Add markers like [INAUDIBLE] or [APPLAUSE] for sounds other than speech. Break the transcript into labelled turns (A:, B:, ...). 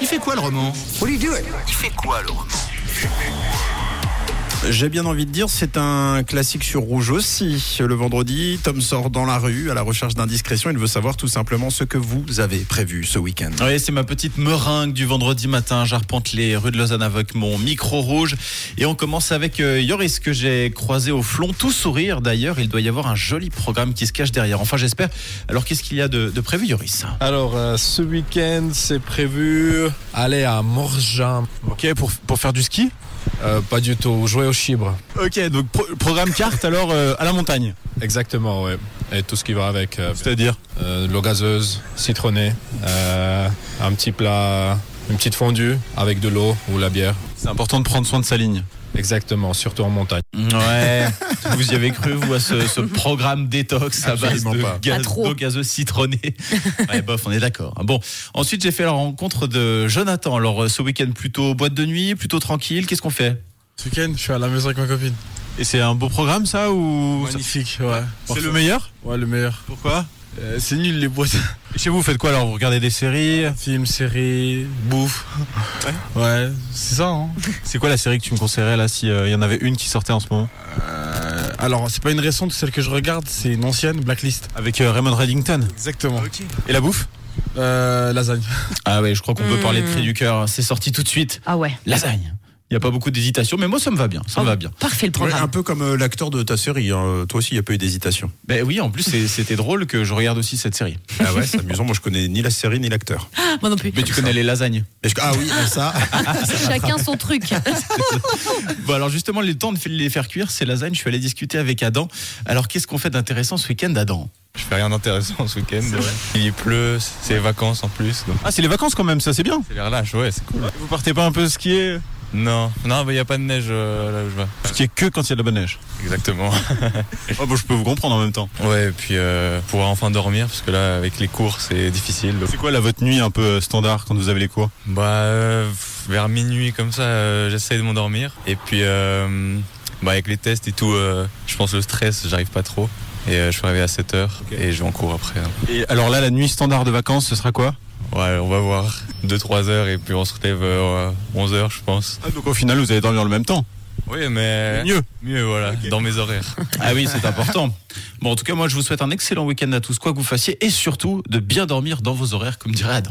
A: Il fait quoi le roman
B: Il fait quoi le roman
C: J'ai bien envie de dire, c'est un classique sur rouge aussi. Le vendredi, Tom sort dans la rue à la recherche d'indiscrétion. Il veut savoir tout simplement ce que vous avez prévu ce week-end.
D: Oui, c'est ma petite meringue du vendredi matin. J'arpente les rues de Lausanne avec mon micro rouge. Et on commence avec euh, Yoris que j'ai croisé au flon, tout sourire d'ailleurs. Il doit y avoir un joli programme qui se cache derrière. Enfin, j'espère. Alors, qu'est-ce qu'il y a de, de prévu, Yoris
E: Alors, euh, ce week-end, c'est prévu aller à Morgin.
D: Ok, pour, pour faire du ski
E: Euh, pas du tout, jouer au chibre.
D: Ok, donc pro- programme carte alors euh, à la montagne.
E: Exactement, ouais. Et tout ce qui va avec. euh,
D: C'est-à-dire
E: euh, l'eau gazeuse, citronnée, euh, un petit plat, une petite fondue avec de l'eau ou la bière.
D: C'est important de prendre soin de sa ligne.
E: Exactement, surtout en montagne.
D: Ouais, [LAUGHS] vous y avez cru, vous, à ce, ce programme détox à base
C: Absolument
D: de
C: pas.
D: gaz,
F: Pas trop.
D: d'eau gazeuse citronnée. Ouais, bof, on est d'accord. hein. Bon, ensuite, j'ai fait la rencontre de Jonathan. Alors, euh, ce week-end, plutôt boîte de nuit, plutôt tranquille, qu'est-ce qu'on fait
G: Ce week-end, je suis à la maison avec ma copine.
D: Et c'est un beau programme, ça, ou
G: Magnifique, ouais.
D: c'est
G: Parfait.
D: le meilleur
G: Ouais, le meilleur.
D: Pourquoi
G: Euh, c'est nul les boîtes.
D: Chez vous, vous faites quoi alors Vous regardez des séries
G: Films, séries, bouffe. Ouais. c'est ça, hein.
D: C'est quoi la série que tu me conseillerais, là, s'il y en avait une qui sortait en ce moment
G: Euh, alors, c'est pas une récente, celle que je regarde, c'est une ancienne, Blacklist.
D: Avec euh, Raymond Reddington.
G: Exactement.
D: Et la bouffe
G: Euh, lasagne.
D: Ah ouais, je crois qu'on peut
F: Mm.
D: parler de cri du cœur. C'est sorti tout de suite.
F: Ah ouais.
D: Lasagne. Il n'y a pas beaucoup d'hésitation, mais moi, ça me va bien. Ça me va bien.
F: Parfait le
C: Ouais,
F: programme.
C: un peu comme euh, l'acteur Ah. de ta série. hein. Toi aussi, il y a peu eu d'hésitation.
D: Ben oui, en plus, c'est- c'était drôle que je regarde aussi cette série.
C: Ah ouais, c'est amusant. Moi, je connais ni la série ni l'acteur.
F: Ah, Moi non plus.
D: Mais tu connais les lasagnes.
C: Mais je- Ah oui, ah, ça.
F: Chacun son truc.
D: Bon, alors justement, le temps de les faire cuire, ces lasagnes, je suis allé discuter avec Adam. Alors, qu'est-ce qu'on fait d'intéressant ce week-end, Adam
H: Je fais rien d'intéressant ce week-end. Il pleut, c'est les vacances en plus. Donc
D: Ah, c'est les vacances quand même, ça, c'est bien.
H: c'est les relâches, ouais, c'est cool.
D: Vous partez pas un peu skier
H: Non, non, il n'y a pas de neige euh, là où je vais.
D: Skier que quand il y a de la bonne neige.
H: Exactement. [LAUGHS]
D: Oh, bon, je peux vous comprendre en même temps.
H: Ouais, et puis euh, pouvoir enfin dormir, parce que là, avec les cours, c'est difficile. donc.
D: C'est quoi la votre nuit un peu euh, standard quand vous avez les cours
H: Bah, euh, vers minuit, comme ça, euh, j'essaie de m'endormir. Et puis, euh, bah, avec les tests et tout, euh, je pense le stress, j'arrive pas trop. Et euh, je suis arrivé à 7h et je vais en cours après. hein.
D: Et alors là, la nuit standard de vacances, ce sera quoi
H: Ouais, on va voir 2-3 heures et puis on se relève 11h, je pense.
D: ah, Donc au final, vous allez dormir le même temps.
H: Oui, mais
D: Mieux.
H: mieux, voilà, dans mes horaires.
D: Ah oui, c'est important. Bon, en tout cas, moi, je vous souhaite un excellent week-end à tous, quoi que vous fassiez, et surtout de bien dormir dans vos horaires, comme dirait Adam.